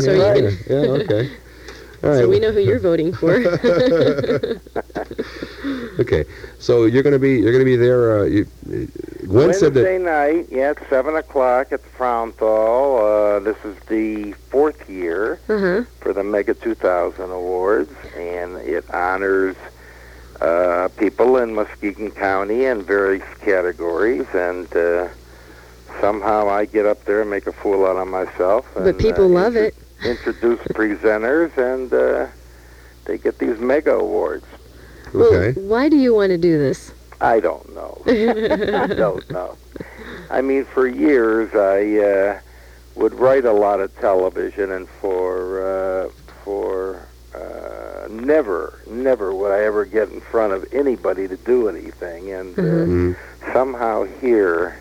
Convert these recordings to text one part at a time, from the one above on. So you right. can- yeah, okay. All right. So we know who you're voting for. Okay. So you're going to be you're going to be there. Uh, you, uh, Gwen said that. Wednesday night, yeah, at 7 o'clock at the Frownthal. Uh, this is the fourth year Uh-huh. for the Mega 2000 Awards, and it honors uh, people in Muskegon County in various categories. And uh, somehow I get up there and make a fool out of myself. And, But people uh, love it. Introduce presenters, and uh, they get these Mega Awards. Well, Okay. why do you want to do this? I don't know. I don't know. I mean, for years I uh, would write a lot of television, and for uh, for uh, never, never would I ever get in front of anybody to do anything. And Mm-hmm. uh, Mm. somehow here,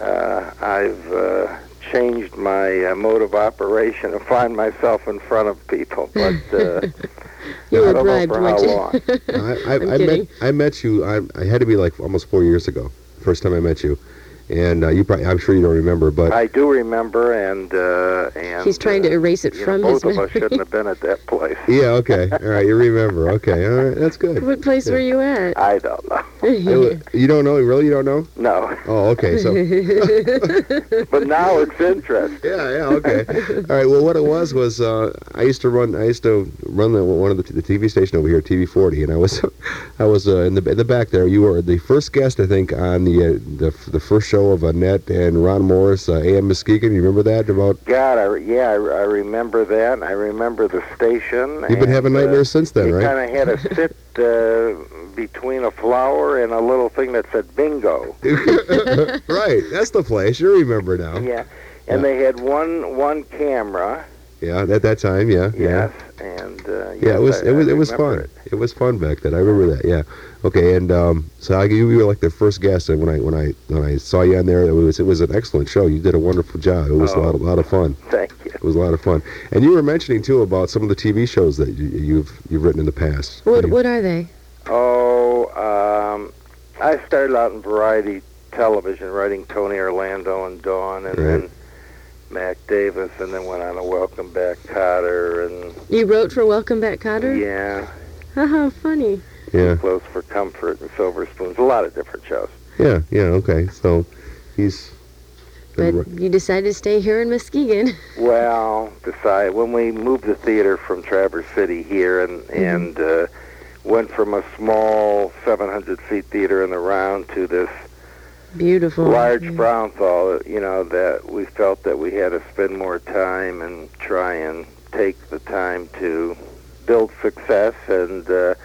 uh, I've uh, changed my uh, mode of operation and find myself in front of people. But uh, You I were don't know bribed, for how weren't you? long. I, I, I'm I kidding. met I met you. I, I had to be like almost four years ago. First time I met you, and uh, you probably I'm sure you don't remember, but I do remember, and uh, and He's trying to uh, erase it you know, from his both of us memory. shouldn't have been at that place. yeah. Okay. All right. You remember. Okay. All right. That's good. What place were you at? I don't know. It wa- you don't know? Really? You don't know? No, Oh, okay. So but now it's interesting. yeah, yeah, okay. All right. Well, what it was was uh, I used to run. I used to run the, one of the, the TV station over here, TV 40, and I was, I was uh, in the in the back there. You were the first guest, I think, on the uh, the, the first show of Annette and Ron Morris, uh, AM Muskegon. You remember that? About God, I, re- yeah, I, re- I remember that. and I remember the station. you've been having nightmares since then, you right? kind of had to sit uh, between a flower and a little thing that said bingo. right. That's the place. You remember now? Yeah, and they had one one camera. Yeah. At that time, yeah. Yeah. Yes, and uh, Yeah, it yes, was I- it was I it was remember fun. It. was fun back then. I remember that. Yeah. Okay. And um, so I, you were like the first guest, and when I when I when I saw you on there, it was it was an excellent show. You did a wonderful job. It Oh. was a lot a lot of fun. Thank you. It was a lot of fun. And you were mentioning too about some of the TV shows that you, you've you've written in the past. What You- What are they? Oh, um, I started out in variety television, writing Tony Orlando and Dawn, and Right. then Mac Davis, and then went on to Welcome Back Cotter, and You wrote for Welcome Back, Cotter. yeah, How funny. Yeah. Close for Comfort and Silver Spoons, a lot of different shows. Yeah. Yeah. Okay. So he's. But you decided to stay here in Muskegon. Well, decide when we moved the theater from Traverse City here, and and uh, went from a small 700 seat theater in the round to this Beautiful. large brownthal, you know, that we felt that we had to spend more time and try and take the time to build success and uh,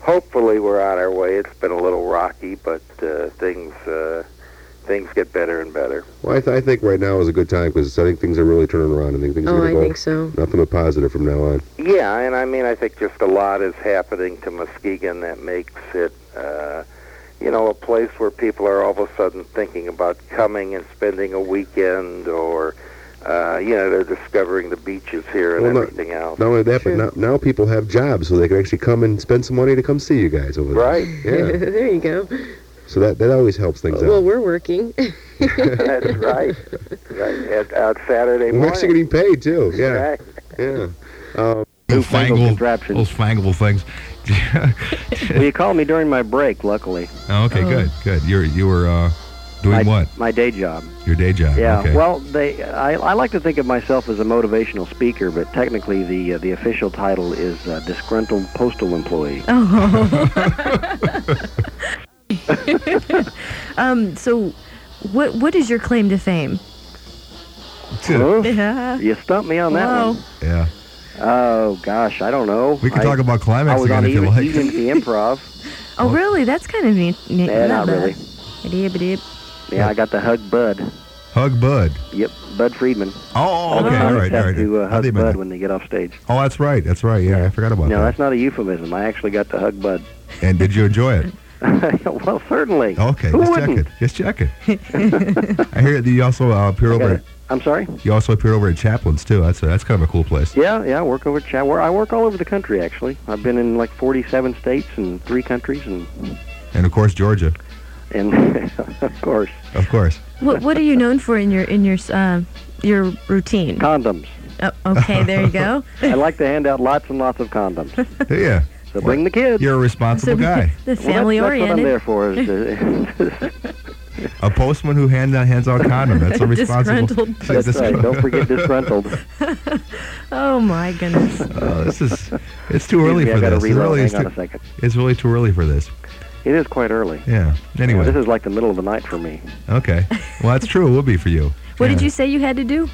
hopefully we're on our way. It's been a little rocky, but uh, things uh, things get better and better. Well, I, th- I think right now is a good time because I think things are really turning around. I think things are Oh, going I to go think so. nothing but positive from now on. Yeah, and I mean, I think just a lot is happening to Muskegon that makes it, uh, you know, a place where people are all of a sudden thinking about coming and spending a weekend, or uh, you know, they're discovering the beaches here and Well, no- everything else. Not only that, Sure. but now, now people have jobs, so they can actually come and spend some money to come see you guys over there. Right, Yeah. there you go. so that that always helps things Well, out. we're working. that's right. Right, and, uh, Saturday We're actually morning. getting paid too. Yeah. Right. Yeah. Newfangled Newfangled contraption. Old spangled things. Well, you called me during my break, luckily. Oh, okay, Oh. good, good. You're you were uh, doing my, what? My day job. Your day job. Yeah. Okay. Well, they. I, I like to think of myself as a motivational speaker, but technically the uh, the official title is uh, disgruntled postal employee. Um, so, what what is your claim to fame? Oh, Huh? Yeah. you stumped me on that Wow. one. yeah. Oh gosh, I don't know. We can I, talk about I climax was on again if you even, like. even the improv. Oh, really? That's kind of neat. neat. Yeah, Eh, not really. Idib-idib. Yeah, I got to hug Bud. Hug Bud. Yep, Bud Friedman. Oh, okay, all comics right, all have right. to uh, How'd they hug been- Bud when they get off stage. oh, that's right, that's right. Yeah, I forgot about No, that. that's not a euphemism. I actually got to hug Bud. And did you enjoy it? well, certainly. Okay, Who just wouldn't? check it. Just check it. I hear that you also uh, appeared over. At, I'm sorry. you also appeared over at Chaplin's too. That's that's kind of a cool place. Yeah, yeah. I work over chat. Where I work all over the country, actually. I've been in like 47 states and three countries, and And of course Georgia, and of course of course. What what are you known for in your in your um your routine? condoms. Oh, okay, there you go. I like to hand out lots and lots of condoms. Yeah. So bring the kids. You're a responsible guy. the Well, that's- family oriented. That's what I'm there for. Is to, A postman who hand, uh, hands out condom. That's a responsible. Disgruntled She's that's right. disgruntled. Don't forget disgruntled. oh my goodness. Oh, this is. It's too early Excuse me, for I gotta this. It reload. really is Hang on too- a second. it's really too early for this. It is quite early. Yeah. Anyway. This is like the middle of the night for me. Okay. Well, that's true. It will be for you. What did Yeah. you say you had to do?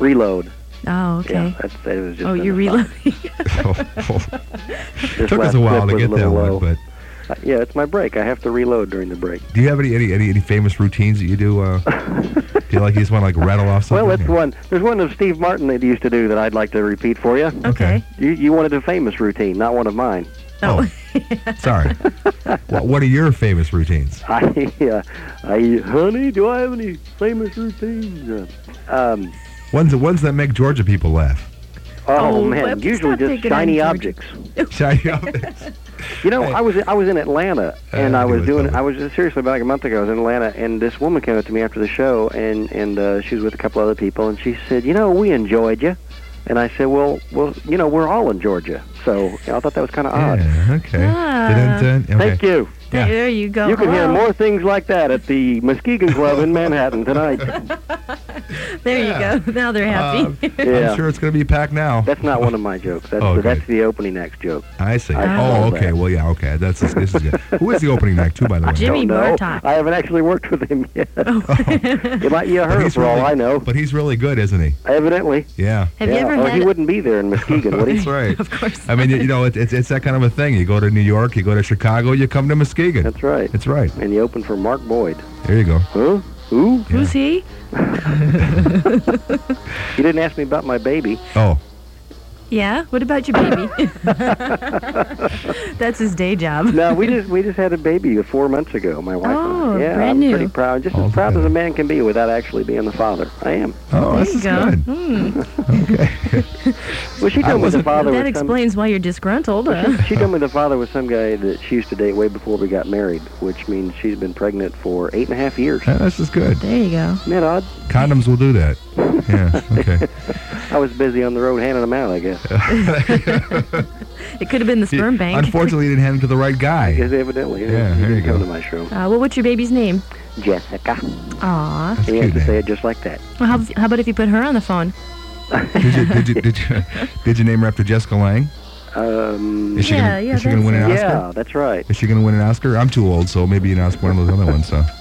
Reload. Oh, okay. Yeah, that's, it was just oh, an you aside. reloading. This Oh, Took us last a while clip to was get a that little one, low. but Uh, Yeah, it's my break. I have to reload during the break. do you have any any any, any famous routines that you do? Uh, do you like you just want to like rattle off something? Well, that's one. There's one of Steve Martin that he used to do that I'd like to repeat for you. Okay. okay. You, you wanted a famous routine, not one of mine. Oh, sorry. what, what are your famous routines? I, uh, I, honey, do I have any famous routines? Um, Ones ones that make Georgia people laugh. oh, Oh, man, let's usually not just pick it on shiny Georgia. objects. Shiny objects. You know, Hey. I was I was in Atlanta and Uh, I he was was doing over. I was seriously about a month ago. I was in Atlanta and this woman came up to me after the show and and uh, she was with a couple other people and she said, you know, we enjoyed you, and I said, well, well, you know, we're all in Georgia, so you know, I thought that was kind of odd. Yeah, okay. Ah. Dun, dun, dun. Thank okay. you. Yeah. There you go. Oh, You can hear Hello. more things like that at the Muskegon Club in Manhattan tonight. There Yeah. you go. Now they're happy. Um, Yeah. I'm sure it's going to be packed now. That's not one of my jokes. That's, Oh, the, okay. that's the opening next joke. I see. I oh, love okay. that. Well, yeah, okay. That's this is good. Who is the opening act, too, by the way? Jimmy Don't know. Murtaugh. I haven't actually worked with him yet. Oh. You might you But heard he's for all really- I know. But he's really good, isn't he? Evidently. Yeah. Have yeah. you ever or had? he wouldn't be there in Muskegon, would he? That's right. Of course. I mean, you, you know, it, it's it's that kind of a thing. You go to New York, you go to Chicago, you come to Muskegon. That's right. That's right. And he opened for Mark Boyd. There you go. Huh? Who? Who's he? You didn't ask me about my baby. Oh, Yeah. What about your baby? That's his day job. No, we just we just had a baby four months ago. My wife. and I. Oh, yeah, brand I'm new. pretty proud. Just as proud as a man can be without actually being the father. I am. oh, There this you is go. Hmm. good. Well, she I told me the wasn't- father that was some explains why you're disgruntled. Uh, She told me the father was some guy that she used to date way before we got married, which means she's been pregnant for eight and a half years. Yeah, Uh, this is good. there you go. Isn't that odd? Condoms will do that. Yeah. Okay. I was busy on the road handing them out, I guess. It could have been the sperm bank. Unfortunately, you didn't hand them to the right guy. Because evidently, he Yeah, there didn't you come go. to my show. Uh, well, what's your baby's name? Jessica. Aw. That's a You have cute to say name. it just like that. Well, how, how about if you put her on the phone? Did you, did, you, did, you, did you name her after Jessica Lang? Um, Is she Yeah, gonna, yeah, Is she going to that's win an it. Oscar? yeah, that's right. Is she going to win an Oscar? I'm too old, so maybe an Oscar, one of those other ones. So.